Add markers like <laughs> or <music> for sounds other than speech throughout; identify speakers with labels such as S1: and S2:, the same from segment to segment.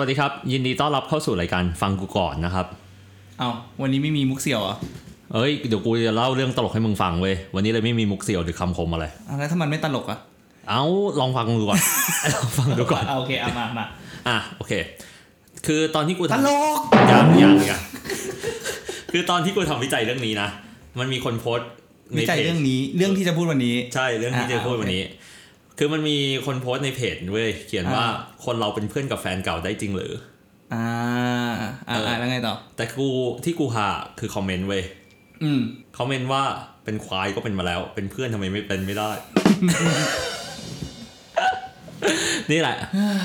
S1: วัสดีครับ ยินดีต้อนรับเข้าสู่รายการฟังกูก่อนนะครับ
S2: เอาวันนี้ไม่มีมุกเสี่ยวเหรอ
S1: เอ้ยเดี๋ยวกูจะเล่าเรื่องตลกให้มึงฟังเว้ยวันนี้เลยไม่มีมุกเสี่ยวหรือคำคมอะไร
S2: เอาแล้วถ้ามันไม่ตลกอะ
S1: เอาลองฟังดูก่อน <laughs> ลองฟังดูก่อน
S2: เอาโอเคเอามามา
S1: อ่ะโอเค คือตอนที่กู
S2: ต
S1: ทำ
S2: ลก
S1: ยังยังยังคือตอนที่กูทำวิจัยเรื่องนี้นะ มันมีคนโพสต์ใน
S2: วิจัย
S1: เพจ
S2: เรื่องนี้เรื่องที่จะพูดวันนี้
S1: ใช่เรื่องที่
S2: อ่า
S1: จะพูดวันนี้ คือมันมีคนโพสต์ในเพจเว้ยเขียนว่า
S2: อ่
S1: คนเราเป็นเพื่อนกับแฟนเก่าได้จริงหรือ
S2: อ่าอ่า
S1: เอออ่
S2: อ่าแล้วไงต่อ
S1: แต่กูที่กูหาคือคอมเมนต์เว้ย
S2: อืม
S1: คอมเมนต์ว่าเป็นควายก็เป็นมาแล้ว เป็นเพื่อนทำไมไม่เป็นไม่ได้ นี่แหละ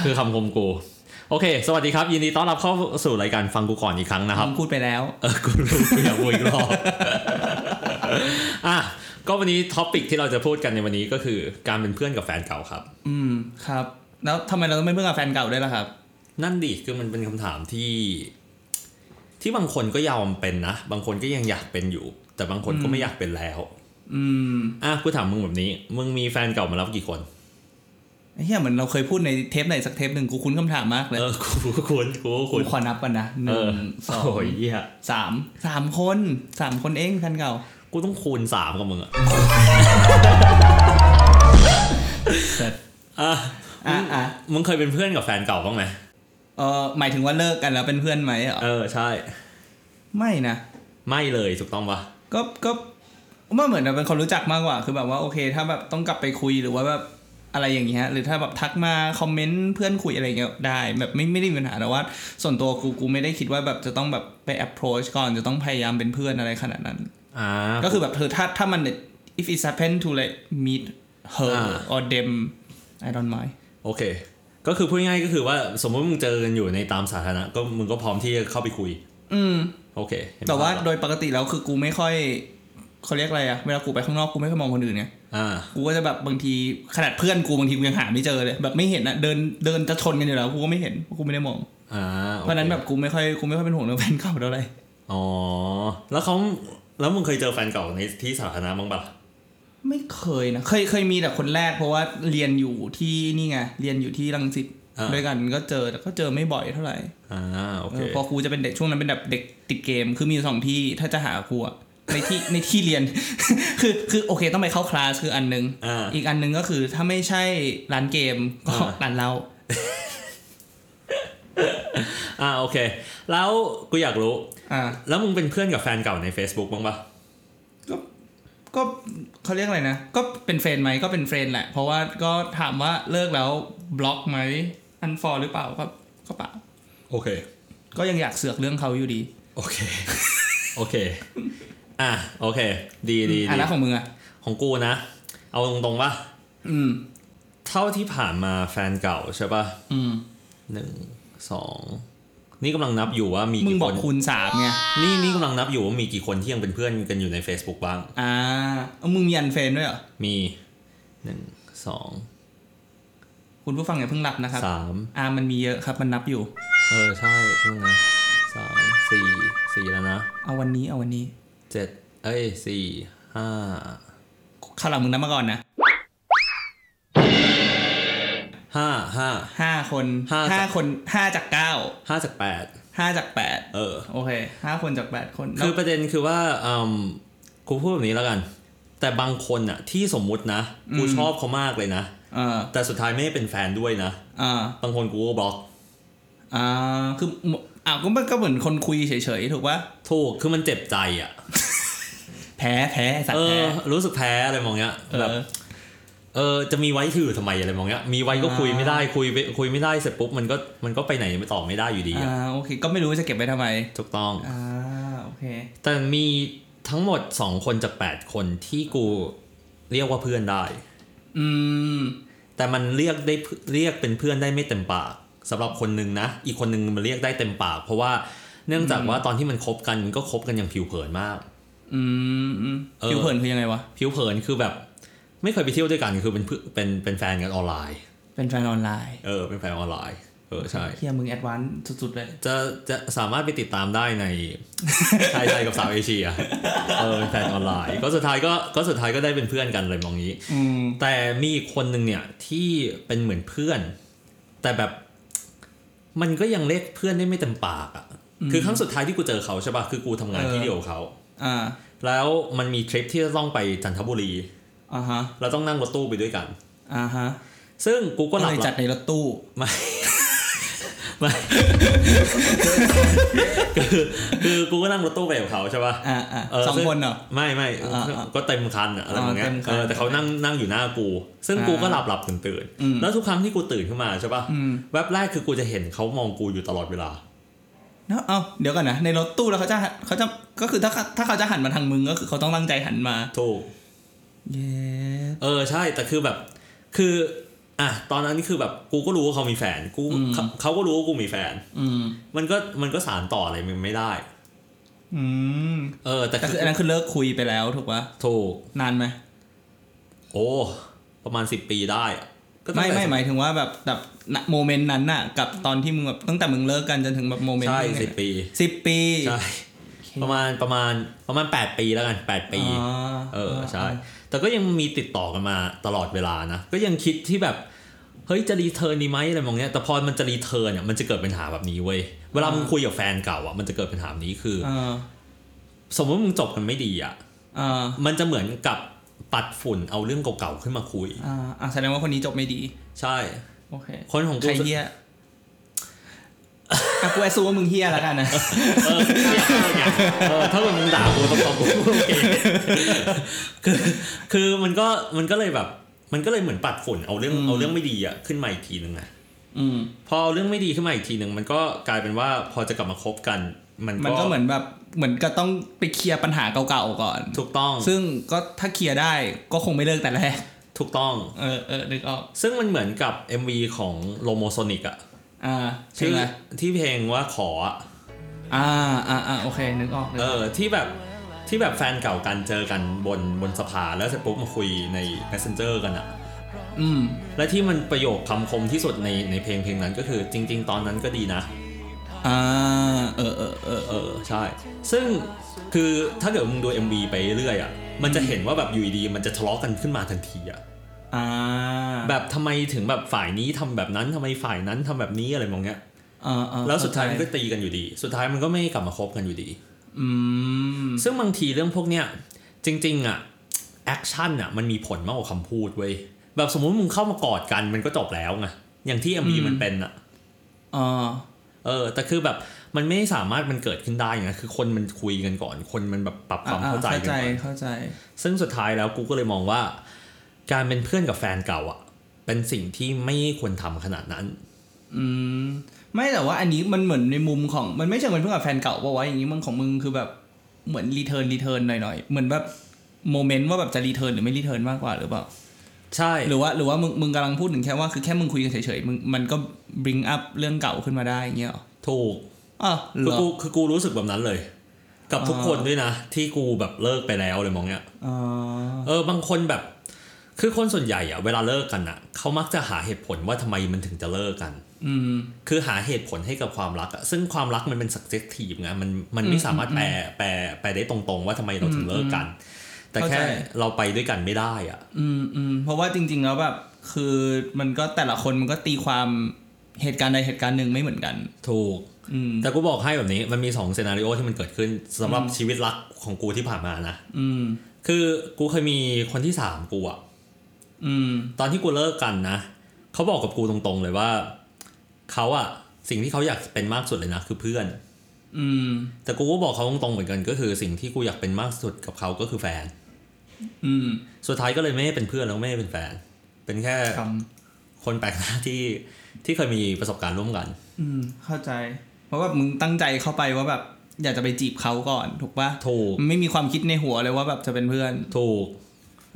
S1: คือคำคมกู โอเค สวัสดีครับ ยินดีต้อนรับเข้าสู่รายการฟังกูก่อนอีกครั้งนะครับ <laughs>
S2: ผมพูดไปแล้ว
S1: เออกูรู้กูอยากพูดอีกรอบ <laughs> อ่ะก็วันนี้ท็อปิกที่เราจะพูดกันในวันนี้ก็คือการเป็นเพื่อนกับแฟนเก่าครับ
S2: อืมครับ แล้วทำไมเราต้องเป็นเพื่อนกับแฟนเก่าด้วยล่ะครับ
S1: นั่นดิคือมันเป็นคำถามที่ ที่บางคนก็ยอมเป็นนะ บางคนก็ยังอยากเป็นอยู่ แต่บางคนก็ไม่อยากเป็นแล้ว
S2: อืม
S1: อ่ะกูถามมึงแบบนี้ มึงมีแฟนเก่ามาแล้วกี่คน
S2: ไอ้เฮียเหมือนเราเคยพูดในเทปไหนสักเทปหนึ่งกูคุ้นคำถามมากเลย
S1: เออกูกูควรกูก็ควร
S2: กูขอนับกันนะห
S1: เอ
S2: นึ่
S1: อง
S2: สอง
S1: โอ้ยเหี้ย
S2: สามสามคนสามคนเองแฟนเก่า
S1: กูต้องคูณสามกับมึงอะอ่ะ
S2: อ่ะอ่ะ
S1: มึงเคยเป็นเพื่อนกับแฟนเก่าบ้างไหม
S2: เออหมายถึงว่าเลิกกันแล้วเป็นเพื่อนไหมเหรอ
S1: เออใช่
S2: ไม่นะ
S1: ไม่เลยถูกต้องปะ
S2: ก็ก็มันเหมือนเป็นคนรู้จักมากกว่า คือแบบว่าโอเค ถ้าแบบต้องกลับไปคุยหรือว่าแบบอะไรอย่างเงี้ยหรือถ้าแบบทักมาคอมเมนต์เพื่อนคุยอะไรเงี้ยได้ แบบไม่ไม่ได้มีปัญหาแต่ว่า ส่วนตัวกูกูไม่ได้คิดว่าแบบจะต้องแบบไป approach ก่อนจะต้องพยายามเป็นเพื่อนอะไรขนาดนั้น
S1: อ่า
S2: ก็คือแบบเธอถ้าถ้ามัน if it happen to like meet her
S1: อ่า
S2: or them I don't mind
S1: โอเค ก็คือพูดง่ายๆก็คือว่าสมมติมึงเจอกันอยู่ในตามสาธารณะก็มึงก็พร้อมที่จะเข้าไปคุย
S2: อืม
S1: โอเคเห็นภพ
S2: แต่ว่าโด
S1: ละ
S2: ยปกติแล้วคือกูไม่ค่อยเขาเรียกอะไรอะเวลากูไปข้างนอกกูไม่ค่อยมองคนอื่นไง
S1: อ่า
S2: กูก็จะแบบบางทีขนาดเพื่อนกูบางทีกูยังหาไม่เจอเลย แบบไม่เห็นอะเดินเดินจะชนกันอยู่แล้วกูก็ไม่เห็นกูไม่ได้มอง
S1: อ่า
S2: เพราะฉะนั้นแบบ
S1: โอค
S2: กูไม่ค่อยกูไม่ค่อยเป็นห่วงเรื่องแฟ <laughs> นเก่าเท่าไหร่
S1: อ๋อ แล้วเขาแล้วมึงเคยเจอแฟนเก่าในที่สาธารณะบ้างปะล่ะ
S2: ไม่เคยนะเคยเคยมีแต่คนแรกเพราะว่าเรียนอยู่ที่นี่ไงเรียนอยู่ที่รังสิต
S1: อ่า
S2: ด้วยกันก็เจอแต่ก็เจอไม่บ่อยเท่าไหร่
S1: อ่า โอ
S2: เอ
S1: เค
S2: อพอกูจะเป็นเด็กช่วงนั้นเป็นแบบเด็กติดเกม คือมีอยู่สองที่ถ้าจะหากูอะในที่ <laughs> ในที่เรียน คือคือโอเคต้องไปเข้าคลาสคืออันนึง
S1: อ่า
S2: อีกอันหนึ่งก็คือถ้าไม่ใช่ร้านเกมก็
S1: อ่า
S2: ร้านเหล้า
S1: อ่า โอเค แล้วกูอยากรู้
S2: อ่า
S1: แล้วมึงเป็นเพื่อนกับแฟนเก่าใน Facebook บ้างปะ
S2: ก็เขาเรียกอะไรนะ ก็เป็นเฟรนด์ไหมก็เป็นเฟรนด์แหละ เพราะว่าก็ถามว่าเลิกแล้วบล็อกไหมอันฟอลหรือเปล่าก็ก็เปล่า
S1: โอเค
S2: ก็ยังอยากเสือกเรื่องเขาอยู่ดี
S1: โอ
S2: <laughs>
S1: เค โอเค อ่าโอเค ดีดี
S2: อ่ะ
S1: ดี
S2: แล้วของมึงอ่ะ
S1: ของกูนะ เอาตรงๆปะ
S2: อืม
S1: เท่าที่ผ่านมาแฟนเก่าใช่ปะ่ะ
S2: อืม
S1: หนึ่งสองนี่กำลังนับอยู่ว่ามี
S2: มึง
S1: กี่ค
S2: บอก
S1: น
S2: คูณสามไง
S1: นี่นี่กำลังนับอยู่ว่ามีกี่คนที่ยังเป็นเพื่อนกันอยู่ใน Facebook บ้าง
S2: อ่าเอามึงมีอันเฟรนด์ด้วยเหรอ
S1: มีหนึ่งสอง
S2: คุณผู้ฟังอย่าเพิ่งหลับนะครับ
S1: สาม
S2: อ่ามันมีเยอะครับมันนับอยู่
S1: เออ ใช่เพิ่งนะสามสี่สี่แล้วนะ
S2: เอาวันนี้เอาวันนี้
S1: เจ็ดเอ้ยสี่ห้า
S2: ข้าวหลังมึงนับมาก่อนนะ
S1: ห้าห้า
S2: ห้าคน
S1: ห้าจาก
S2: ห้าคนห้าจากเก้า
S1: ห้าจากแปด
S2: ห้าจากแปด
S1: เออ
S2: โอเคห้าคนจากแปดคนแล้ว
S1: คือประเด็นคือว่าอืมกูพูดแบบนี้แล้วกัน แต่บางคนอะที่สมมุตินะกูชอบเขามากเลยนะ
S2: เออ
S1: แต่สุดท้ายไม่ได้เป็นแฟนด้วยนะ
S2: เออ
S1: บางคนกูก็บล็อก
S2: อ่าคืออ่าก็มันก็เหมือนคนคุยเฉยๆ ถูกปะ
S1: ถูก คือมันเจ็บใจอ่ะ
S2: แพ้แพ้สัต
S1: เอ
S2: ว์แพ้
S1: อ รู้สึกแพ้อะไรมองเงี้ย
S2: เอ
S1: แบบ
S2: อ
S1: เออ จะมีไว้ถือทำไมอะไรมองเงี้ย มีไว้ก็
S2: อ่า
S1: คุยไม่ได้ คุยไปคุยไม่ได้เสร็จปุ๊บมันก็ มันก็ไปไหนไม่ต่อไม่ได้อยู่ดีอะ
S2: อ่าโอเค ก็ไม่รู้ว่าจะเก็บไว้ทำไม
S1: ถูกต้อง
S2: อ่าโอเค
S1: แต่มีทั้งหมด 2 คนจาก 8 คนที่กูเรียกว่าเพื่อนได้
S2: อืม
S1: แต่มันเรียกได้เรียกเป็นเพื่อนได้ไม่เต็มปากสำหรับคนหนึ่งนะ อีกคนหนึ่งมันเรียกได้เต็มปาก เพราะว่าเนื่องจากว่าตอนที่มันคบกันมันก็คบกันอย่างผิวเผินมาก
S2: อืมอืม
S1: เออ
S2: ผิวเผินคือยังไงวะ
S1: ผิวเผินคือแบบ ไม่เคยไปเที่ยวด้วยกันคือเป็นเพื่อนเป็นเป็นแฟนกันออนไลน์
S2: เป็นแฟนออนไลน์
S1: เออเป็นแฟนออนไลน์ เออใช่
S2: เฮียมึงแอดวานซ์สุดๆเลย
S1: จะจะสามารถไปติดตามได้ใน <laughs> ชายไทยกับสาวเอเชียเออเป็นแฟนออนไลน์ ก็สุดท้ายก็ก็สุดท้ายก็ได้เป็นเพื่อนกันเลยมองนี้
S2: อืม
S1: แต่มีอีกคนหนึ่งเนี่ยที่เป็นเหมือนเพื่อน แต่แบบ มันก็ยังเรียกเพื่อนได้ไม่เต็มปากอ่ะคือครั้งสุดท้ายที่กูเจอเขาใช่ป่ะคือกูทำงาน
S2: เออ
S1: ที่เดียวกับเขา
S2: อ่า
S1: แล้วมันมีทริปที่จะต้องไปจันทบุรี
S2: อ่าฮะ
S1: เราต้องนั่งรถตู้ไปด้วยกัน
S2: อ่าฮะ
S1: ซึ่งกูก็
S2: ก็
S1: หลับ
S2: เลย
S1: ละ
S2: จัดในรถตู้
S1: ไม่ ไม่คือคือกูก็นั่งรถตู้ไปกับเขาใช่ป่ะ
S2: อ่าอ่า
S1: เออ
S2: สอง
S1: ซึ่
S2: คนเหรอ
S1: ไม่ไม่
S2: อ่าอ่า
S1: ก็เต็มคันอะอะไรแบบเนี้
S2: อ๋
S1: ยเอ
S2: อเต็มคัน
S1: อแต่เขานั่งนั่งอยู่หน้ากู ซึ่งกูก็
S2: อ่า
S1: หลับหลับตื่นตื่นๆ
S2: อืม
S1: แล้วทุกครั้งที่กูตื่นขึ้นมาใช่ป่ะ
S2: อืม
S1: แวบแรกคือกูจะเห็นเขามองกูอยู่ตลอดเวลา
S2: เนาะเอาเดี๋ยวก่อนนะในรถตู้แล้วเขาจะเขาจะก็คือถ้าถ้าเขาจะหันมาทางมึงก็คือเขาต้องตั้งใจหันมา
S1: ถูก
S2: เย้
S1: เออใช่แต่คือแบบคืออ่ะตอนนั้นคือแบบกูก็รู้ว่าเขามีแฟนกูเขาเขาก็รู้ว่ากูมีแฟน
S2: อืม
S1: มันก็มันก็สารต่ออะไรมันไม่ได้
S2: อืม
S1: เออ แต่
S2: แต่
S1: คื
S2: คือ ออันนั้นคือเลิกคุยไปแล้วถูกปะ
S1: ถูก
S2: นานไหม
S1: โอ้ประมาณ 10 ปีได้อะก็ตั้ง
S2: ไม่
S1: แต่
S2: ไม่หมายถึงว่าแบบแบบณโมเมนต์นั้นน่ะ กับตอนที่มึงแบบตั้งแต่มึงเลิกกันจนถึงแบบโมเมนต์
S1: ใช่
S2: ที่มึง
S1: สิบปี
S2: สิบปี
S1: ใช่ประมาณประมาณประมาณ 8 ปีแล้วกัน 8 ปี
S2: อ๋อ
S1: เออใช่ แต่ก็ยังมีติดต่อกันมาตลอดเวลานะ ก็ยังคิดที่แบบ เฮ้ยจะรีเทิร์นดีไหมอะไรมองเนี้ยแต่พอมันจะรีเทิร์นเนี่ยมันจะเกิดปัญหาแบบนี้เว้ยเวลามึงคุยกับแฟนเก่าอ่ะมันจะเกิดปัญหาแบบนี้คือ
S2: เออ
S1: สมมติมึงจบกันไม่ดีอ่ะ
S2: เออ
S1: มันจะเหมือนกับปัดฝุ่นเอาเรื่องเก่าๆขึ้นมาคุย
S2: อ่าอ่าแสดงว่าคนนี้จบไม่ดี
S1: ใช่
S2: โอเค
S1: คนของ
S2: ใค
S1: กู
S2: รเฮียอ่ะกูแอซูว่ามึงเฮียแล้ว
S1: <laughs>
S2: กันนะ
S1: เออเหี้ยเนี่ยเออถ้าเกิดมึงด่ากูต้องตอบกูโอเค <laughs> คือคือมันก็มันก็เลยแบบ มันก็เลยเหมือนปัดฝุ่นเอาเรื่อง
S2: อืม
S1: เอาเรื่องไม่ดีอ่ะขึ้นมาอีกทีนึงอ่ะ
S2: อืม
S1: พอเรื่องไม่ดีขึ้นมาอีกทีหนึ่งมันก็กลายเป็นว่าพอจะกลับมาคบกัน มัน
S2: มันก็เหมือนแบบเหมือนก็ต้องไปเคลียร์ปัญหาเก่าๆก่อน
S1: ถูกต้อง
S2: ซึ่งก็ถ้าเคลียร์ได้ก็คงไม่เลิกแต่แรก
S1: ถูกต้อง
S2: เออเออนึกออก
S1: ซึ่งมันเหมือนกับ MV ของโลโมโซนิกอะ
S2: อ่าเพลง
S1: ชื่อ
S2: อะไร
S1: ที่เพลงว่าขออะ
S2: อ่าอ่าอ่าโอเค นึกออกนึก
S1: เอ
S2: ออก
S1: อที่แบบที่แบบแฟนเก่ากันเจอกันบนบนสภานแล้วเสร็จปุ๊บมาคุยใน messenger กันอะ
S2: อืม
S1: และที่มันประโยคคำคมที่สุดในในเพลงเพลงนั้นก็คือจริง ๆ ตอนนั้นก็ดีนะ
S2: อ่า เออเออเออ
S1: เออใช่ ซึ่งคือถ้าเกิดมึงดู MV ไปเรื่อยอะมันจะเห็นว่าแบบอยู่ดีๆมันจะทะเลาะกันขึ้นมาทันทีอะ
S2: อ่า
S1: แบบทำไมถึงแบบฝ่ายนี้ทำแบบนั้นทำไมฝ่ายนั้นทำแบบนี้อะไรมองเงี้ย
S2: เออเออ
S1: แล้วสุดท้ายมัน
S2: เข้
S1: ก็ตีกันอยู่ดี สุดท้ายมันก็ไม่กลับมาคบกันอยู่ดี
S2: อืม
S1: ซึ่งบางทีเรื่องพวกเนี้ยจริง ๆอะแอคชั่นอะมันมีผลมากกว่าคำพูดเว้ยแบบสมมุติมึงเข้ามากอดกันมันก็จบแล้วไงอย่างที่ MV
S2: อืม
S1: มันเป็นอะ
S2: เออ
S1: เออแต่คือแบบมันไม่สามารถมันเกิดขึ้นได้ไงคือคนมันคุยกันก่อน คนมันแบบปรับความ
S2: อ่ะ
S1: เข้าใจ
S2: เข้า
S1: กัน
S2: ใจ
S1: ก่อน
S2: เข้าใจ
S1: ซึ่งสุดท้ายแล้วกูก็เลยมองว่า การเป็นเพื่อนกับแฟนเก่าอะเป็นสิ่งที่ไม่ควรทำขนาดนั้น
S2: อืมไม่แต่ว่าอันนี้มันเหมือนในมุมของมันไม่เชิงเป็นเพื่อนกับแฟนเก่าป่าวะอย่างนี้มึงของมึงคือแบบเหมือนรีเทิร์นรีเทิร์นหน่อยๆเหมือนแบบโมเมนต์ว่าแบบจะรีเทิร์นหรือไม่รีเทิร์นมากกว่าหรือเปล่า
S1: ใช่
S2: หรือว่าหรือว่ามึงมึงกำลังพูดถึงแค่ว่าคือแค่มึงคุยกันเฉยๆมึงมันก็ bring up เรื่องเก่าขึ้นมาได้อย่างเงี้ยหรอ
S1: ถูก
S2: อ๋อ
S1: คือ
S2: เหรอ
S1: กูคือกูรู้สึกแบบนั้นเลย กับทุก
S2: อ่า
S1: คนด้วยนะ ที่กูแบบเลิกไปแล้วเลยมองเนี้ย
S2: อ๋อ
S1: เออบางคนแบบ คือคนส่วนใหญ่อะเวลาเลิกกันอะเขามักจะหาเหตุผลว่าทำไมมันถึงจะเลิกกัน
S2: อืม
S1: คือหาเหตุผลให้กับความรักอะซึ่งความรักมันเป็น subjective ไงมันมันไม่สามารถแปลแปลแปลได้ตรงๆ ว่าทำไมเราถึงเลิกกัน แต่แค่
S2: เข้าใจ
S1: เราไปด้วยกันไม่ได้อะ
S2: อืมอืมเพราะว่าจริง ๆ แล้วแบบคือมันก็แต่ละคนมันก็ตีความเหตุการณ์ใดเหตุการณ์หนึ่งไม่เหมือนกัน
S1: ถูก
S2: อืม
S1: แต่กูบอกให้แบบนี้มันมี2เซนาริโอที่มันเกิดขึ้นสำหรับชีวิตรักของกูที่ผ่านมานะ
S2: อืม
S1: คือกูเคยมีคนที่สามกูอะ
S2: อืม
S1: ตอนที่กูเลิกกันนะ เขาบอกกับกูตรงๆเลยว่า เขาอะสิ่งที่เขาอยากเป็นมากสุดเลยนะ คือเพื่อน
S2: อืม
S1: แต่กูก็บอกเขาตรงๆเหมือนกัน ก็คือสิ่งที่กูอยากเป็นมากสุดกับเขาก็คือแฟน
S2: อืม
S1: สุดท้ายก็เลยไม่ได้เป็นเพื่อนแล้วไม่ได้เป็นแฟน เป็นแค่
S2: คำ
S1: คนแปลกหน้าที่ที่เคยมีประสบการณ์ร่วมกัน
S2: อืมเข้าใจ เพราะว่ามึงตั้งใจเข้าไปว่าแบบ อยากจะไปจีบเขาก่อนถูกปะ
S1: ถูก
S2: มันไม่มีความคิดในหัวเลยว่าแบบจะเป็นเพื่อน
S1: ถูก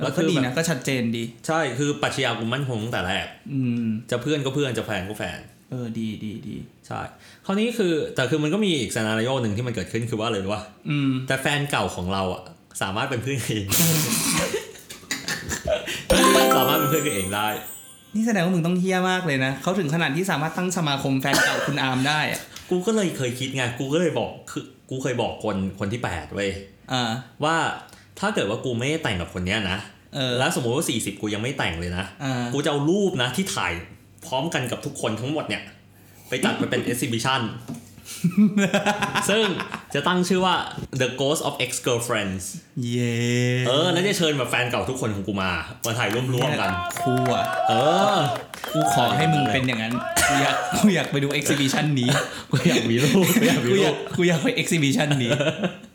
S2: แล้
S1: แล้ว ว
S2: ก็
S1: คือ
S2: ดี
S1: แบบ
S2: นะก็ชัดเจนดี
S1: ใช่คือปรัชญากูมั่นคงตั้งแต่แรก
S2: อืม
S1: จะเพื่อนก็เพื่อนจะแฟนก็แฟน
S2: เออดีดีดี
S1: ใช่คราวนี้คือแต่คือมันก็มีอีกสนาริโอหนึ่งที่มันเกิดขึ้นคือว่าอะไรรู้ปะ
S2: อืม
S1: แต่แฟนเก่าของเราอ่ะสามารถเป็นเพื่อนกันเอง
S2: <laughs>
S1: สามารถเป็นเพื่อนกันเองได้
S2: นี่แสดงว่ามึงต้องเฮี้ยมากเลยนะเขาถึงขนาดที่สามารถตั้งสมาคมแฟนเก่า คุณอาร์มได้อะ
S1: กูก็เลยเคยคิดไงกูก็เลยบอกคือกูเคยบอกคนคนที่แปดเว้ย
S2: อ่า
S1: ว่าถ้าเกิดว่ากูไม่ได้แต่งกับคนเนี้ยนะ
S2: เออ
S1: แล้วสมมติว่า 40 กูยังไม่แต่งเลยนะ
S2: อ่า
S1: กูจะเอารูปนะที่ถ่ายพร้อมกันกับทุกคนทั้งหมดเนี่ย ไปจัดไปเป็น
S2: <laughs>
S1: exhibition ซึ่งจะตั้งชื่อว่า The Ghost of Ex Girlfriends
S2: เย้
S1: เออ แล้วจะเชิญแบบแฟนเก่าทุกคนของกูมา มาถ่ายร่วมร่วมๆกัน
S2: ครูอ่ะ
S1: เออ
S2: กูขอให้มึงเป็นอย่างนั้นกูอยาก <laughs> กูอยากไปดูเอ็กซิบิชันนี้
S1: กูอยากมีลูกกูอยากมี
S2: กูอ
S1: ลู
S2: ยา
S1: ก
S2: กกูอยากไปเอ็กซิบิชันนี้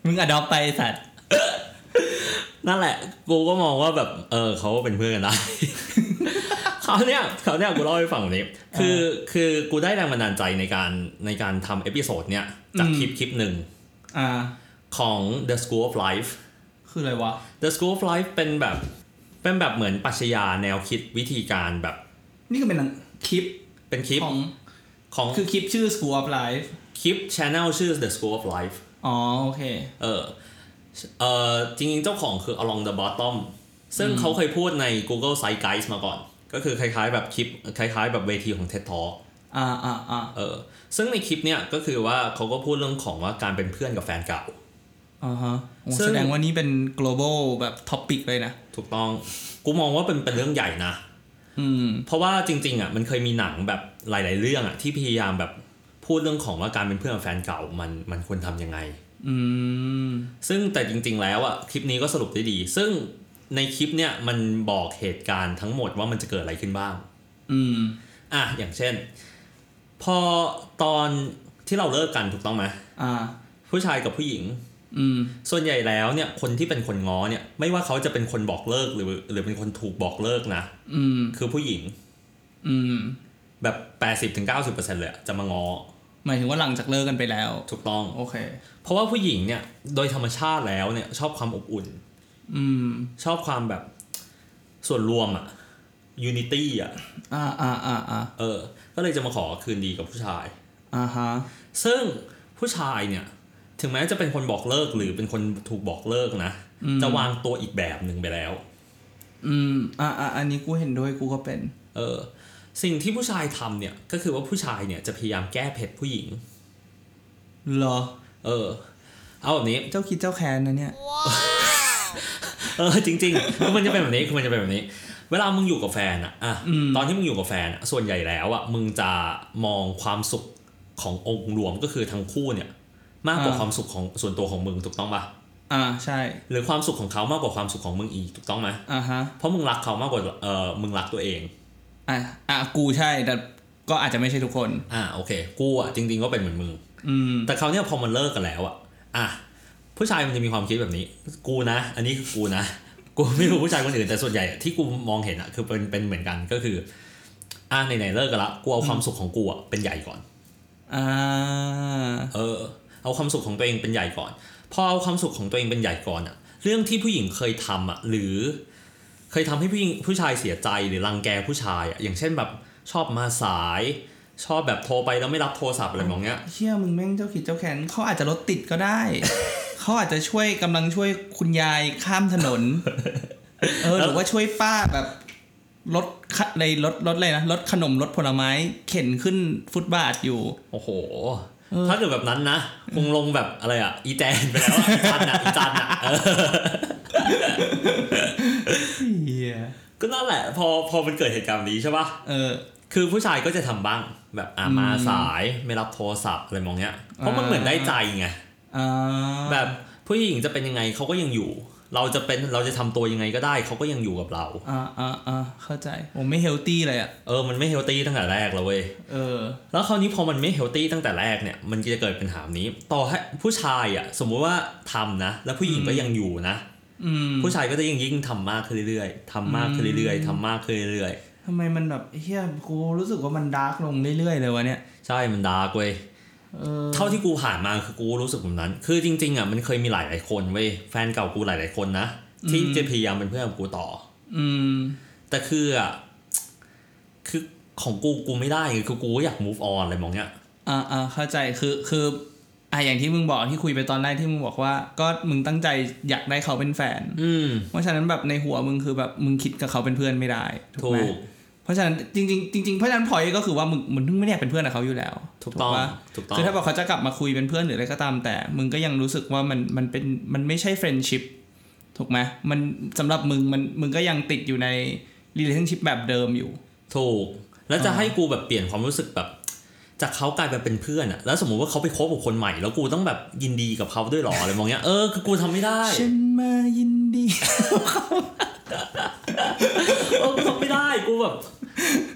S2: มึงอดอปไปไอ้สัตว์
S1: นั่นแหละ กูก็มองว่าแบบ เออเขาเป็นเพื่อนกันได้ <laughs> เขาวเนี้ยเขาวเนี้ยกูเล่าให้ฟังแบบนี้ คือคือกูได้แรงบันดาลใจในการในการทำเอพิโซดเนี้ยจากคลิปคลิปหนึ่ง
S2: อ่า
S1: ของ The School of Life
S2: คืออะไรวะ
S1: The School of Life เป็นแบบเป็นแบบเหมือนปรัชญาแนวคิดวิธีการแบบ
S2: นี่ก็เป็นหนังคลิป
S1: เป็นคลิป
S2: ของ
S1: ของ
S2: คือคลิปชื่อ School of Life
S1: คลิป Channel ชื่อ The School of Life
S2: อ๋อโอเค
S1: เออเออจริงๆ เจ้าของคือ along the bottom ซึ่งเขาเคยพูดใน Google Site Guides มาก่อน ก็คือคล้ายๆแบบคลิป คล้ายๆแบบเวทีของ TED Talk
S2: อ่าอ่าอ่า
S1: เออซึ่งในคลิปเนี่ยก็คือว่าเขาก็พูดเรื่องของว่าการเป็นเพื่อนกับแฟนเก่า
S2: อ่าฮะโอ้
S1: ซึ่ง
S2: แสดงว่านี่เป็น global แบบ topic เลยนะ
S1: ถูกต้อง กูมองว่าเป็นเป็นเรื่องใหญ่นะ
S2: อืม
S1: เพราะว่าจริงๆอ่ะมันเคยมีหนังแบบหลาย ๆ เรื่องอ่ะที่พยายามแบบพูดเรื่องของว่าการเป็นเพื่อนกับแฟนเก่ามันมันควรทำยังไง
S2: อืม
S1: ซึ่งแต่จริง ๆ แล้วอ่ะคลิปนี้ก็สรุปได้ดี ซึ่งในคลิปเนี่ยมันบอกเหตุการณ์ทั้งหมดว่ามันจะเกิดอะไรขึ้นบ้าง
S2: อืม
S1: อ่ะอย่างเช่น พอตอนที่เราเลิกกันถูกต้องไหม
S2: อ่า
S1: ผู้ชายกับผู้หญิง
S2: อืม
S1: ส่วนใหญ่แล้วเนี่ยคนที่เป็นคนง้อเนี่ยไม่ว่าเขาจะเป็นคนบอกเลิกหรือหรือเป็นคนถูกบอกเลิกนะ
S2: อืม
S1: คือผู้หญิง
S2: อืม
S1: แบบ 80-90%เลยอะจะมาง้อ
S2: หมายถึงว่าหลังจากเลิกกันไปแล้ว
S1: ถูกต้อง
S2: โอเค
S1: เพราะว่าผู้หญิงเนี่ยโดยธรรมชาติแล้วเนี่ยชอบความอบอุ่น
S2: อืม
S1: ชอบความแบบส่วนรวมอะยูนิตี้อะ
S2: อ่าอ่าอ่าอ่า
S1: เออ ก็เลยจะมาขอคืนดีกับผู้ชาย
S2: อ่าฮะ
S1: ซึ่งผู้ชายเนี่ย ถึงแม้จะเป็นคนบอกเลิกหรือเป็นคนถูกบอกเลิกนะ
S2: อืม
S1: จะวางตัวอีกแบบหนึ่งไปแล้ว
S2: อืม อ่าอ่าอันนี้กูเห็นด้วยกูก็เป็น
S1: เออ สิ่งที่ผู้ชายทำเนี่ยก็คือว่าผู้ชายเนี่ยจะพยายามแก้เผ็ดผู้หญิง
S2: เหรอ
S1: เออ เอาแบบนี้
S2: เจ้าคิดเจ้าแค้นนะเนี่ย
S1: เออจริงๆคือมันจะเป็นแบบนี้คือมันจะเป็นแบบนี้ เวลามึงอยู่กับแฟนอะอะ
S2: อืม
S1: ตอนที่มึงอยู่กับแฟนอะส่วนใหญ่แล้วอะมึงจะมองความสุขขององค์รวมก็คือทั้งคู่เนี่ย มากกว่าความสุขของส่วนตัวของมึงถูกต้องปะ
S2: อ่า ใช่
S1: หรือความสุขของเขามากกว่าความสุขของมึงอีกถูกต้องไหม
S2: อ่าฮะ
S1: เพราะมึงรักเขามากกว่าเออมึงรักตัวเอง
S2: อ่าอ่ากูใช่ แต่ก็อาจจะไม่ใช่ทุกคน
S1: อ่าโอเค กูอะจริง ๆก็เป็นเหมือนมึง
S2: อืม
S1: แต่เขาวเนี่ยพอมันเลิกกันแล้วอะอ่ะผู้ชายมันจะมีความคิดแบบนี้ กูนะ อันนี้คือกูนะ <laughs> กูไม่รู้ผู้ชายคนอื่นแต่ส่วนใหญ่ที่กูมองเห็นอะคือเป็นเป็นเหมือนกันก็คือ อ่ะไหนๆเลิกกันละ กูเอาความสุขของกูอะเป็นใหญ่ก่อน
S2: อ่า
S1: เออ เอาความสุขของตัวเองเป็นใหญ่ก่อน พอเอาความสุขของตัวเองเป็นใหญ่ก่อนอะเรื่องที่ผู้หญิงเคยทำอะหรือ เคยทำให้ผู้หญิงผู้ชายเสียใจหรือรังแกผู้ชายอะอย่างเช่นแบบชอบมาสาย ชอบแบบโทรไปแล้วไม่รับโทรศัพท์อะไรแบบเนี้ย
S2: เชื่อมึงแม่งเจ้าขิดเจ้าแขนเขาอาจจะรถติดก็ได้ <laughs> เขาอาจจะช่วยกำลังช่วยคุณยายข้ามถนน เออหรือว่าช่วยป้าแบบรถคัดในรถรถอะไรนะรถขนมรถผลไม้เข็นขึ้นฟุตบาทอยู่
S1: โอ้โห ถ้าเกิดแบบนั้นนะคงลงแบบอะไรอ่ะ อีแตนไปแล้วอะอีจันอ่ะอีจันอ่ะเออก็นั่นแหละ พอพอมันเกิดเหตุการณ์แบบนี้ใช่ปะ
S2: เออ
S1: คือผู้ชายก็จะทำบ้างแบบอ่ะมาสายไม่รับโทรศัพท์อะไรมองเนี้ย เพราะมันเหมือนได้ใจไง
S2: อ่า
S1: แบบผู้หญิงจะเป็นยังไงเขาก็ยังอยู่ เราจะเป็นเราจะทำตัวยังไงก็ได้เขาก็ยังอยู่กับเรา
S2: อ่าอ่าอ่าเข้าใจผมไม่เฮลตี้เลยอ่ะ
S1: เออมันไม่เฮลตี้ตั้งแต่แรกแล้วเว้ย
S2: เออ
S1: แล้วคราวนี้พอมันไม่เฮลตี้ตั้งแต่แรกเนี่ยมันก็จะเกิดปัญหาแบบนี้ ต่อให้ผู้ชายอ่ะสมมุติว่าทำนะ แล้วผู้หญิงก็ยังอยู่นะ
S2: อืม
S1: ผู้ชายก็จะยิ่งยิ่งทำมากขึ้นเรื่อยๆทำมากขึ้นเรื่อยๆทำมากขึ้นเรื่อย
S2: ทำไมมันแบบเฮียกูรู้สึกว่ามันดาร์กลงเรื่อยๆเลยวะเนี่ย
S1: ๆ ใช่มันดาร์กเว้ย
S2: เออ
S1: เท่าที่กูผ่านมาคือกูรู้สึกแบบนั้น คือจริงๆอ่ะมันเคยมีหลายๆคนเว้ยแฟนเก่ากูหลายๆคนนะ ที่จะพยายามเป็นเพื่อนกับกูต่อ
S2: อืม
S1: แต่คืออ่ะคือของกูกูไม่ได้ไงคือกูก็อยาก move on อะไรมองเนี้ย
S2: อ่าอ่าเข้าใจคือคืออ่าอย่างที่มึงบอกที่คุยไปตอนแรกที่มึงบอกว่า ก็มึงตั้งใจอยากได้เขาเป็นแฟน
S1: อืม
S2: เพราะฉะนั้นแบบในหัวมึงคือแบบมึงคิดกับเขาเป็นเพื่อนไม่ได้ถู
S1: ถู
S2: กไหม
S1: ก
S2: เพราะฉะนั้นจริงๆจริงๆเพราะฉะนั้นพอยก็คือว่ามึงมึงไม่ได้อยากเป็นเพื่อนกับเขาอยู่แล้ว
S1: ถูกต้อง
S2: ปะ
S1: ถูกต้อง
S2: คือถ้าบอกเขาจะกลับมาคุยเป็นเพื่อนหรืออะไรก็ตามแต่ มึงก็ยังรู้สึกว่ามันมันเป็นมันไม่ใช่เฟรนด์ชิพถูกไหมมันสำหรับมึงมันมึงก็ยังติดอยู่ใน relationship แบบเดิมอยู่
S1: ถูก แล้วจะ
S2: อ่า
S1: ให้กูแบบเปลี่ยนความรู้สึกแบบ จ จากเขากลายไปเป็นเพื่อนอะแล้วสมมุติว่าเขาไปคบกับคนใหม่ แล้วกูต้องแบบยินดีกับเขาด้วยหรออะไรมองเงี้ยเออคือกูทำไม่ <laughs> ได้
S2: ฉันมายินดี
S1: เออกูทำไม่ได้กูแบบ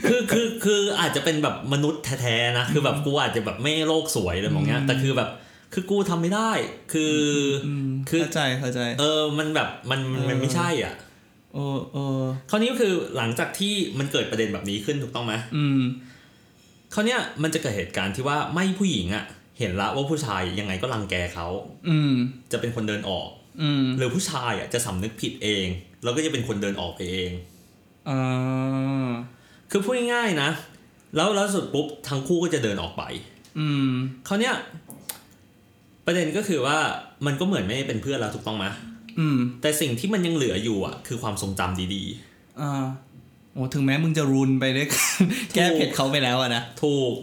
S1: คือคือคืออาจจะเป็นแบบมนุษย์แท้ๆนะคือแบบกูอาจจะแบบไม่โลกสวยอะไรมองเงี้ยแต่คือแบบคือกูทำไม่ได้ คืออ
S2: อืม
S1: คือ
S2: เข้าใจเข้าใจ
S1: เออ มันแบบ มันมันมันไม่ใช่อ่ะ
S2: โอ้โอ้
S1: คราวนี้ก็คือหลังจากที่มันเกิดประเด็นแบบนี้ขึ้นถูกต้องไหม
S2: อืม
S1: คราวเนี้ยมันจะเกิดเหตุการณ์ที่ว่าไม่ผู้หญิงอ่ะ เห็นละว่าผู้ชายยังไงก็รังแกเขา
S2: อืม
S1: จะเป็นคนเดินออก
S2: อืม
S1: หรือผู้ชายอ่ะจะสำนึกผิดเอง แล้วก็จะเป็นคนเดินออกไปเอง
S2: อ่า
S1: คือพูดง่ายๆนะ แล้วแล้วสุดปุ๊บทั้งคู่ก็จะเดินออกไป
S2: อืม
S1: คราวเนี้ยประเด็นก็คือว่ามันก็เหมือนไม่ได้เป็นเพื่อนแล้วถูกต้องไหม
S2: อืม
S1: แต่สิ่งที่มันยังเหลืออยู่อ่ะคือความทรงจำดีๆ
S2: อ่าโอ้ถึงแม้มึงจะรุนไปด้วยกัน <laughs> แก้เผ็ดเขาไปแล้วอะนะ
S1: ถูก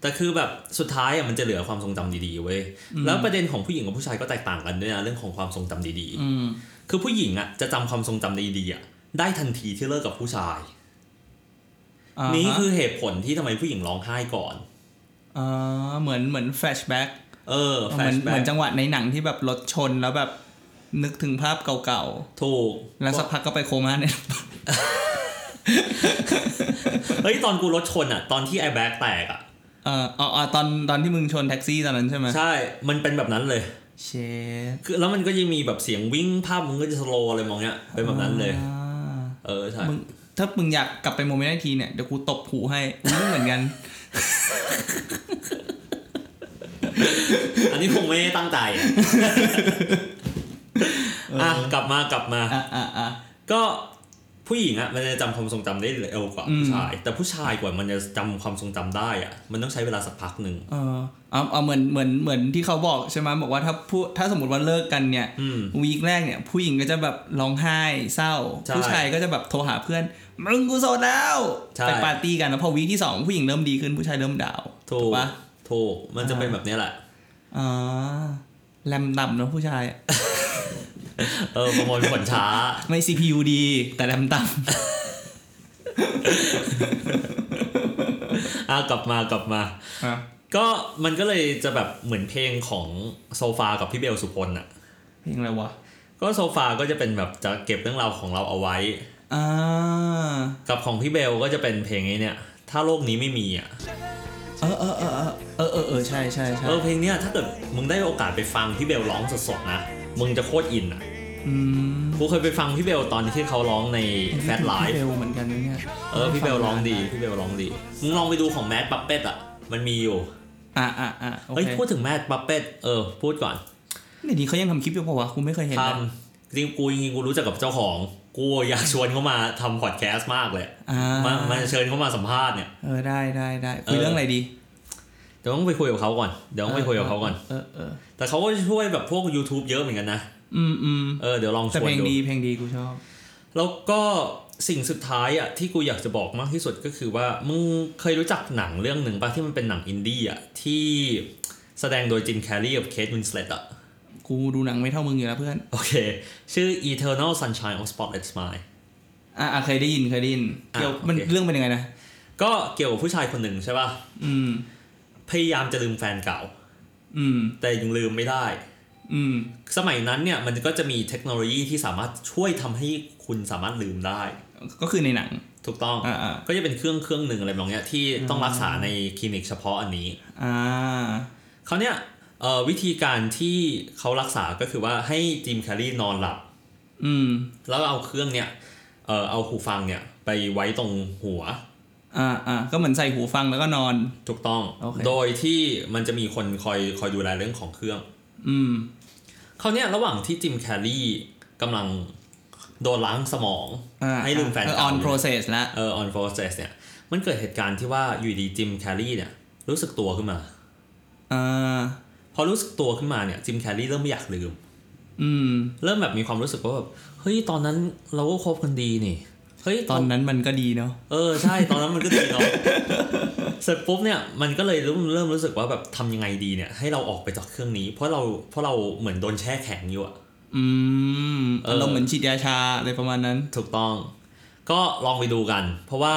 S1: แต่คือแบบสุดท้ายอ่ะมันจะเหลือความทรงจำดีๆเว้ย แล้วประเด็นของผู้หญิงกับผู้ชายก็แตกต่างกันด้วยนะเรื่องของความทรงจำดี
S2: อืม
S1: ๆ คือผู้หญิงอ่ะจะจำความทรงจำดีๆอ่ะได้ทันทีที่เลิกกับผู้ชาย
S2: อ่า
S1: นี่
S2: ฮะ
S1: คือเหตุผลที่ทำไมผู้หญิงร้องไห้ก่อน
S2: อ่าเหมือนเหมือนแฟชแบ็ก
S1: เออแฟ
S2: เหมื
S1: ชแบ็
S2: อนเหมือน
S1: ก
S2: จังหวะในหนังที่แบบรถชนแล้วแบบนึกถึงภาพเก่า
S1: ถูก
S2: ๆ แล้วสักพักก็ไปโคม่าเนี่ย <laughs>
S1: เฮ้ยตอนกูรถชนอ่ะตอนที่ไอแบ็กแตกอ่ะ
S2: เอ่ออ๋ออ๋อตอนตอนที่มึงชนแท็กซี่ตอนนั้นใช่ไหม
S1: ใช่ มันเป็นแบบนั้นเลย
S2: เชด
S1: คือแล้วมันก็ยังมีแบบเสียงวิ่งภาพมึงก็จะสโลว์อะไรมองเนี้ยเป็นแบบนั้นเลย
S2: อ่า
S1: เออใช่
S2: มึงถ้ามึงอยากกลับไปโมเมนต์นั้นอีกทีเนี่ย เดี๋ยวกูตบหูให้มึง
S1: <laughs>
S2: เหมือนกัน
S1: อันนี้คงไม่ได้ตั้งใจอะอ่ะกลับมากลับมา
S2: อ่ะอ่ะอ่ะ
S1: ก็ผู้หญิงอะมันจะจำความทรงจำได้เร็วกว่า
S2: อืม
S1: ผู้ชาย แต่ผู้ชายกว่ามันจะจำความทรงจำได้อะมันต้องใช้เวลาสักพักหนึ่ง
S2: เออเอาเอาเหมือนเหมือนเหมือนที่เขาบอกใช่ไหมบอกว่าถ้าผู้ถ้าสมมติว่าเลิกกันเนี่ย
S1: อืม
S2: วีคแรกเนี่ย ผู้หญิงก็จะแบบร้องไห้เศร้า
S1: ใช่
S2: ผู้ชายก็จะแบบโทรหาเพื่อนมึงกูโสดแล้ว
S1: ใช่
S2: ไปปาร์ตี้กันแล้วพอวีคที่สองผู้หญิงเริ่มดีขึ้นผู้ชายเริ่มดาวน์
S1: ถูก
S2: ปะ
S1: ถูกมันจะเป็นแบบเนี้ยแหละ
S2: อ๋อแรมต่ำเนอะผู้ชายอะ
S1: เออประมวลผลช้า
S2: ไม่ CPU ดี แต่แรมต่ำ
S1: อ่ะกลับมากลับมา <laughs> ก็มันก็เลยจะแบบเหมือนเพลงของโซฟากับพี่เบลสุพลอะ
S2: เพลงอะไรวะ
S1: ก็โซฟาก็จะเป็นแบบจะเก็บเรื่องราวของเราเอาไว้
S2: อ่า
S1: กับของพี่เบลก็จะเป็นเพลงนี้เนี่ย ถ้าโลกนี้ไม่มีอะ
S2: เออเออเออเออเออเออใช่ใช่ใช่
S1: เออเพลงเนี้ยถ้าเกิดมึงได้โอกาสไปฟังพี่เบลร้องสดๆนะ มึงจะโคตรอินอ่ะ
S2: อืม
S1: กูเคยไปฟังพี่เบลตอนที่เขาร้องในแฟตไล
S2: เบ
S1: ฟ์
S2: ลเหมือนกันนะเนี่ย
S1: เออพี่เบลร้องดีพี่เบลร้องดี มึงลองไปดูของแมดบั p เ e ็อ่ะ มันมีอยู่
S2: อ่ะอ่ะอ่ะโอ
S1: เฮ้ย
S2: เค
S1: พูดถึงแมดบั p เ e ็เออ พูดก่อน
S2: เนี่ยดีเขายังทำคลิปอยู่เปล่าวะกูไม่เคยเห็น
S1: ท
S2: นะ
S1: ำจริงกูจริงๆกูรู้จักกับเจ้าของ กูอยากชวนเขามาทำพอดแคสต์มากเลย
S2: อ่า
S1: มามาเชิญเขามาสัมภาษณ์เนี่ย
S2: เออได้ได้ได้
S1: เอ
S2: คุย
S1: อ
S2: เรื่องอะไรดี
S1: เดี๋ยวต้องไปคุยกับเขาก่อนเดี๋ยวต้องไปคุยกับเขาก่อน
S2: เออเออ
S1: แต่เขาก็ช่วยแบบพวก YouTube เยอะเหมือนกันนะ
S2: อืมอืม
S1: เออเดี๋ยวลองช
S2: แต่
S1: ว
S2: เพ
S1: น
S2: ลง
S1: ดู
S2: ดีเพลงดีกูชอบ
S1: แล้วก็สิ่งสุดท้ายอ่ะที่กูอยากจะบอกมากที่สุดก็คือว่ามึงเคยรู้จักหนังเรื่องหนึ่งปะที่มันเป็นหนังอินดี้อ่ะที่แสดงโดยจิมแคร์รีกับเคทวินสเลตอ่ะ <laughs>
S2: กูดูหนังไม่เท่ามึงอยู่แล้วเพื่อน
S1: โอเค ชื่อ Eternal Sunshine of Spotless Mind
S2: อ่ะอ่ะเคยได้ยินเคยได้ยิน
S1: อ่ะ
S2: เกี่ยว
S1: โอเค
S2: มันเรื่องเป็นยังไงนะ
S1: ก็เกี่ยวกับผู้ชายคนหนึ่งใช่ป่ะ
S2: อืม
S1: พยายามจะลืมแฟนเก่า
S2: อืม
S1: แต่ยังลืมไม่ได้
S2: อืม
S1: สมัยนั้นเนี่ยมันก็จะมีเทคโนโลยีที่สามารถช่วยทำให้คุณสามารถลืมได้
S2: ก็คือในหนัง
S1: ถูกต้อง
S2: อ่าอ่า
S1: ก็จะเป็นเครื่องเครื่องหนึ่งอะไรแบบเนี้ยที่ต้องรักษาในคลินิกเฉพาะอันนี้
S2: อ่า
S1: เขาวเนี่ยเอ่อวิธีการที่เขารักษาก็คือว่าให้จิมแคร์รีนอนหลับ
S2: อืม
S1: แล้วเอาเครื่องเนี่ยเอ่อเอาหูฟังเนี่ยไปไว้ตรงหัว
S2: อ่าอ่าก็เหมือนใส่หูฟังแล้วก็นอน
S1: ถูกต้อง
S2: โอเค
S1: โดยที่มันจะมีคนคอยคอยดูแลเรื่องของเครื่อง
S2: อืม
S1: เขาวเนี่ยระหว่างที่จิมแคร์รีกำลังโดนล้างสมอง
S2: อ่า
S1: ให้ลืมแฟน
S2: อ
S1: เก่า
S2: อนโปรเซสละ
S1: เออ on process เนี่ยมันเกิดเหตุการณ์ที่ว่าอยู่ดีจิมแคร์รีเนี่ยรู้สึกตัวขึ้นมา
S2: อ่า
S1: พอรู้สึกตัวขึ้นมาเนี่ยจิมแคร์รีเริ่มไม่อยากลืม
S2: อืม
S1: เริ่มแบบมีความรู้สึกว่าแบบเฮ้ยตอนนั้นเราก็คบกันดีนี่เฮ้ย
S2: ตอนนั้นมันก็ดีเนาะ
S1: เออใช่ตอนนั้นมันก็ดีเนาะเสร็จปุ๊บเนี่ยมันก็เลยเริ่มเริ่มรู้สึกว่าแบบทำยังไงดีเนี่ยให้เราออกไปจากเครื่องนี้ เพราะเราเพราะเราเหมือนโดนแช่แข็งอยู่อะ
S2: อืม
S1: เอออ
S2: อารมณ์เหมือนฉีดยาชาอะไรประมาณนั้น
S1: ถูกต้อง ก็ลองไปดูกัน เพราะว่า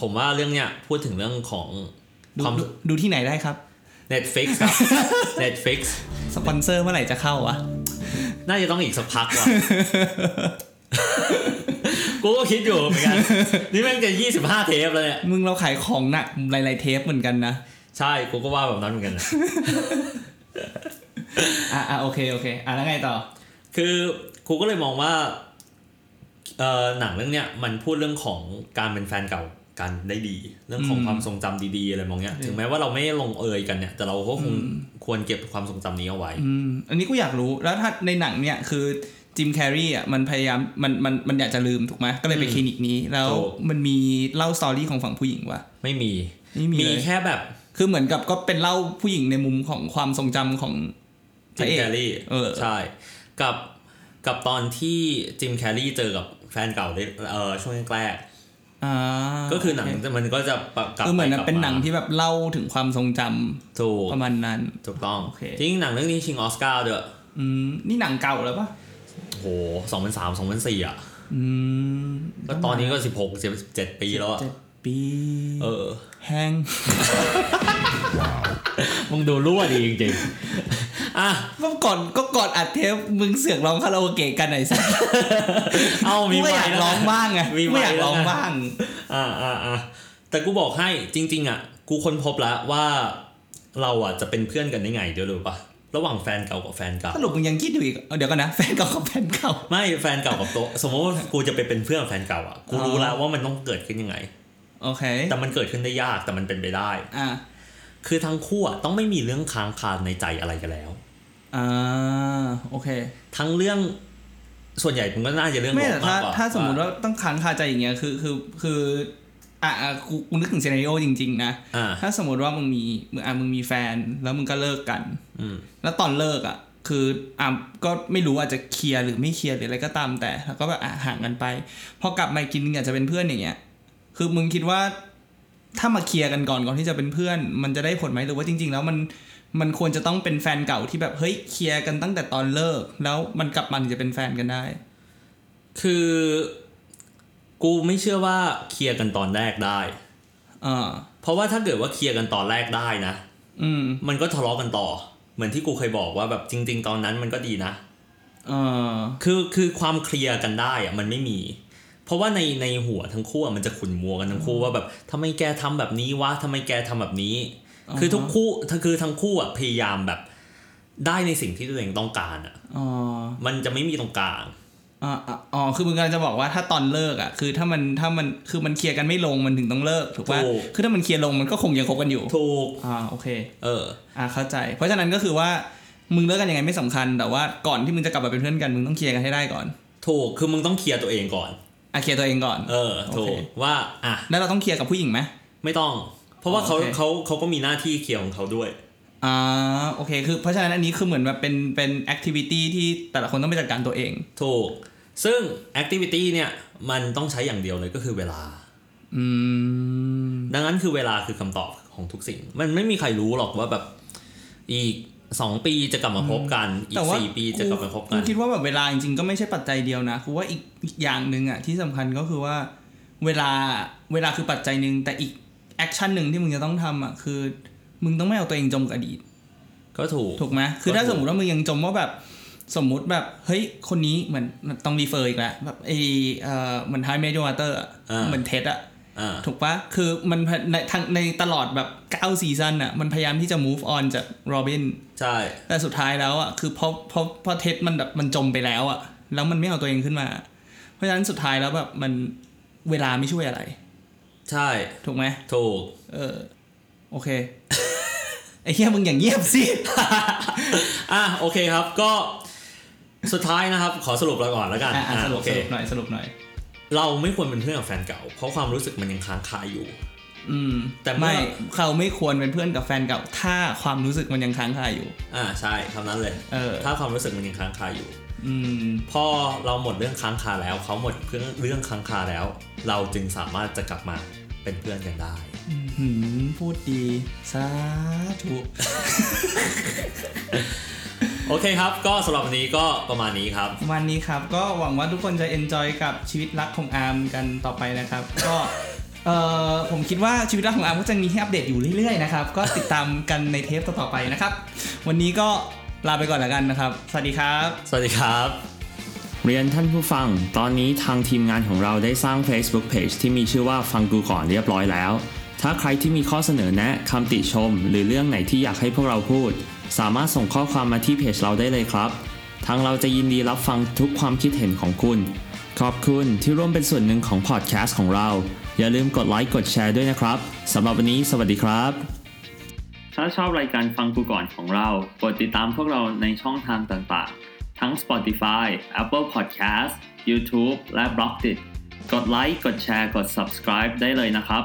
S1: ผมว่าเรื่องเนี้ยพูดถึงเรื่องของ
S2: ดู
S1: ความ
S2: ดูดูที่ไหนได้ครับ
S1: Netflix ครับ Netflix
S2: สปอนเซอร์เมื่อไหร่จะเข้าวะ
S1: น่าจะต้องอีกสักพัก
S2: <laughs>
S1: ว่ะ กูก็คิดอยู่เหมือนกัน นี่แม่งจะ25 เทปแล้วเนี่ย
S2: มึงเราขายของหนักหลายๆเทปเหมือนกันนะ
S1: ใช่ กูก็ว่าแบบนั้นเหมือน
S2: <laughs>
S1: กันนะ
S2: อ่ะอ่ะโอเคโอเค อ่ะแล้วไงต่อ
S1: คือครูก็เลยมองว่าเอ่อหนังเรื่องเนี้ยมันพูดเรื่องของการเป็นแฟนเก่ากันได้ดี เรื่องของ
S2: อืม
S1: ความทรงจำดีๆอะไรมองเนี้ย
S2: อืม
S1: ถึงแม้ว่าเราไม่ลงเอยกันเนี่ย แต่เราก็คงควรเก็บความทรงจำนี้เอาไว้
S2: อืมอันนี้กูอยากรู้แล้วถ้าในหนังเนี่ยคือจิมแคร์รีอ่ะมันพยายามมันมันมันอยากจะลืมถูกไหมก็เลยไป
S1: อืม
S2: คลินิกนี้ แล้ว
S1: ถูก
S2: มันมีเล่าสตอรี่ของฝั่งผู้หญิงวะ
S1: ไม่มี
S2: ไม่มี
S1: มี
S2: เลย
S1: แค่แบบ
S2: คือเหมือนกับก็เป็นเล่าผู้หญิงในมุมของความทรงจำของ พ
S1: จิ
S2: ระ
S1: ม
S2: เอก
S1: แคร์รี่
S2: เออ
S1: ใช่กับกับตอนที่จิมแคร์รี่เจอกับแฟนเก่าได้เอ่อช่วงแรก
S2: อ่า
S1: ๆก็คือหนัง
S2: โเ
S1: มันก็จะปรับกลับ
S2: คือเหมือน
S1: ไกลับ
S2: เป็น
S1: มา
S2: หนังที่แบบเล่าถึงความทรงจำ
S1: ถูก
S2: ประมาณนั้น
S1: ถูกต้อง
S2: โอเค
S1: จริงๆหนังเรื่องนี้ชิงออสการ์ด้วย
S2: อืมนี่หนังเก่าแล้วปะ
S1: โหสองพันสามสองพันสี่อ่ะ
S2: อืม
S1: ก็ตอนนี้ก็สิบหกสิบเจ็ดปีแล้วอะ
S2: เจ็ดปี
S1: เออ
S2: แห้ง
S1: มึงดูรั่วดีจริงๆ อ่ะ
S2: เมื่อก่อนก็ก่อนอัดเทปมึงเสือกร้องคาราโอเกะกันไหนสัก
S1: เอา
S2: กู
S1: <laughs> มี
S2: ก็
S1: ไว้
S2: อยาก
S1: แล้ว
S2: ร้อง
S1: นะ
S2: บ้างไง
S1: มีไว้
S2: ไม่อยากร้องบ้าง
S1: อ่าอ่าอ่าแต่กูบอกให้จริง ๆ อ่ะ กูค้นพบแล้วว่าเราอ่ะจะเป็นเพื่อนกันได้ไงเดี๋ยวรู้ปะระหว่างแฟนเก่ากับแฟนเก่า
S2: สรุปมึงยังคิดอยู่อีกเดี๋ยวก่อนนะ แฟนเก่ากับแฟนเก่า
S1: ไม่แฟนเก่ากับโตะสมมติว่ากูจะไปเป็นเพื่อนกับแฟนเก่าอ่ะ กูรู้
S2: อ๋อ
S1: แล้วว่ามันต้องเกิดขึ้นยังไง
S2: โอเค
S1: แต่มันเกิดขึ้นได้ยากแต่มันเป็นไปได้
S2: อ่า
S1: คือทั้งคู่อ่ะต้องไม่มีเรื่องค้างคาในใจอะไรกันแล้ว
S2: อ่าโอเค
S1: ทั้งเรื่องส่วนใหญ่มันก็น่าจะเรื่องล
S2: ไม่แต่ถ้าม
S1: บากกว่า
S2: ถ้าสมมติว่าต้องค้างคาใจอย่างเงี้ยคือคือคืออ่ะอ่ะกูกูนึกถึงซีนารีโอจริงๆนะ
S1: อ่า
S2: ถ้าสมมติว่ามึงมีมึงอ่ะมึงมีแฟนแล้วมึงก็เลิกกัน
S1: อืม
S2: แล้วตอนเลิกอ่ะ คืออ่ะก็ไม่รู้อาจจะเคลียร์หรือไม่เคลียร์หรืออะไรก็ตามแต่แล้วก็แบบอ่ะห่างกันไป พอกลับมาอีกทีนึงอาจจะเป็นเพื่อนอย่างเงี้ย คือมึงคิดว่า ถ้ามาเคลียร์กันก่อนก่อนที่จะเป็นเพื่อน มันจะได้ผลไหมหรือว่าจริง ๆ แล้วมันมันควรจะต้องเป็นแฟนเก่าที่แบบเฮ้ยเคลียร์กันตั้งแต่ตอนเลิก แล้วมันกลับมาถึงจะเป็นแฟนกันได้
S1: คือกูไม่เชื่อว่าเคลียร์กันตอนแรกได้
S2: เออ
S1: เพราะว่าถ้าเกิดว่าเคลียร์กันตอนแรกได้นะ
S2: อืม
S1: มันก็ทะเลาะกันต่อ เหมือนที่กูเคยบอกว่าแบบจริง ๆ ตอนนั้นมันก็ดีนะ
S2: เออ
S1: คือคือความเคลียร์กันได้อะมันไม่มี เพราะว่าในในหัวทั้งคู่อะมันจะขุนมัวกันทั้งคู่ว่าแบบทำไมแกทำแบบนี้วะทำไมแกทำแบบนี้ คือทุกคู่คือทั้งคู่อะพยายามแบบได้ในสิ่งที่ตัวเองต้องการอะ
S2: อ๋อ
S1: มันจะไม่มีตรงกลาง
S2: อ่าอ่าอ๋อ คือมึงกำลังจะบอกว่าถ้าตอนเลิกอ่ะ คือถ้ามัน ถ้ามัน คือมันเคลียร์กันไม่ลง มันถึงต้องเลิก ถูกป่ะ คือถ้ามันเคลียร์ลง มันก็คงยังคบกันอยู่
S1: ถูก
S2: อ่า โอเค
S1: เออ
S2: อ่า เข้าใจ เพราะฉะนั้นก็คือว่า มึงเลิกกันยังไงไม่สำคัญ แต่ว่าก่อนที่มึงจะกลับมาเป็นเพื่อนกัน มึงต้องเคลียร์กันให้ได้ก่อน
S1: ถูกคือมึงต้องเคลียร์ตัวเองก่อน
S2: อ่ะ เคลียร์ตัวเองก่อน
S1: เออถู
S2: โอก เค
S1: ว่าอ่ะ
S2: แล้วเราต้องเคลียร์กับผู้หญิงไหม
S1: ไม่ต้อง เพราะว่า
S2: อ๋อ
S1: เขา
S2: โอเค
S1: เขาเขาก็มีหน้าที่เคลียร์ของเขาด้วย
S2: อ่า โอเค คือ เพราะฉะนั้นอันนี้คือเหมือนแบบเป็น เป็นแอคทิวิตี้ที่แต่ละคนต้องไปจัดการตัวเอง
S1: ถูก ซึ่งแอคทิวิตี้เนี่ย มันต้องใช้อย่างเดียวเลยก็คือเวลา
S2: อืม
S1: ดังนั้นคือเวลาคือคำตอบของทุกสิ่ง มันไม่มีใครรู้หรอกว่าแบบอีก 2 ปีจะกลับมาพบกัน อี
S2: แต่
S1: ก
S2: ว่า
S1: 4 ปีจะกลับมาพบกั
S2: กู
S1: น
S2: คิดว่าแบบเวลาจริงๆก็ไม่ใช่ปัจจัยเดียวนะกูว่าอีกอีกอย่างหนึ่งอ่ะที่สำคัญก็คือว่า เวลาเวลาคือปัจจัยหนึ่งแต่อีกแอคชั่นหนึ่งที่มึงจะต้องทำอ่ะคือ มึงต้องไม่เอาตัวเองจมกับอดีต
S1: ก็ถูก
S2: ถูกไหมคือถ้าสมมติว่ามึงยังจมว่าแบบสมมุติแบบเฮ้ยคนนี้เหมือนต้องรีเฟอร์อีกแล้วแบบไอเอ่อเหมือนไฮเมดิวเตอร์
S1: อ่า
S2: เหมือนเท็ดอ่ะ
S1: อ่า
S2: ถูกปะคือมันในทางในตลอดแบบ9ซีซั่นอ่ะมันพยายามที่จะ move on จากโรบิน
S1: ใช่
S2: แต่สุดท้ายแล้วอ่ะคือพอพอพอเท็จมันแบบมันจมไปแล้วอ่ะ แล้วมันไม่เอาตัวเองขึ้นมา เพราะฉะนั้นสุดท้ายแล้วแบบมันเวลาไม่ช่วยอะไร
S1: ใช่
S2: ถูกไหม
S1: ถูก
S2: เออ โอเค <laughs> ไอ้เหี้ยมึงอย่างเงียบสิ
S1: อ่ะโอเคครับก็สุดท้ายนะครับ ขอสรุปเราก่อนแล้วกัน
S2: อ่ะอ่ะสรุป
S1: โอเค
S2: สรุปหน่อยสรุปหน่อย
S1: เราไม่ควรเป็นเพื่อนกับแฟนเก่า เพราะความรู้สึกมันยังค้างคาอยู่
S2: อืม
S1: แต่
S2: แต่
S1: เมื่อ
S2: ไม่เขาไม่ควรเป็นเพื่อนกับแฟนเก่าถ้าความรู้สึกมันยังค้างคาอยู่
S1: อ่าใช่คำนั้นเลย
S2: เออ
S1: ถ้าความรู้สึกมันยังค้างคาอยู่
S2: อืม
S1: พอเราหมดเรื่องค้างคาแล้ว เขาหมดเรื่องเรื่องค้างคาแล้ว เราจึงสามารถจะกลับมาเป็นเพื่อนกันได้
S2: หืมพูดดีสาธุ
S1: โอเคครับ ก็สำหรับวันนี้ก็ประมาณนี้ครับ
S2: วันนี้ครับ ก็หวังว่าทุกคนจะ enjoy กับชีวิตรักของอาร์มกันต่อไปนะครับ ก็ เอ่อผมคิดว่าชีวิตรักของอาร์มก็จะมีให้อัปเดตอยู่เรื่อยๆนะครับ ก็ติดตามกันในเทปต่อๆไปนะครับ วันนี้ก็ลาไปก่อนแล้วกันนะครับ สวัสดีครับ
S1: สวัสดีครับ
S3: เรียนท่านผู้ฟัง ตอนนี้ทางทีมงานของเราได้สร้าง Facebook Page ที่มีชื่อว่าฟังกูก่อนเรียบร้อยแล้ว ถ้าใครที่มีข้อเสนอแนะคำติชม หรือเรื่องไหนที่อยากให้พวกเราพูด สามารถส่งข้อความมาที่เพจเราได้เลยครับ ทางเราจะยินดีรับฟังทุกความคิดเห็นของคุณ ขอบคุณที่ร่วมเป็นส่วนหนึ่งของพอดแคสต์ของเรา อย่าลืมกดไลค์กดแชร์ด้วยนะครับสำหรับวันนี้สวัสดีครับ ถ้าชอบรายการฟังกูก่อนของเรากดติดตามพวกเราในช่องทางต่างๆ ทั้ง Spotify, Apple Podcast, YouTube และ b l o g d i t กดไลค์ กดแชร์ กด subscribe ได้เลยนะครับ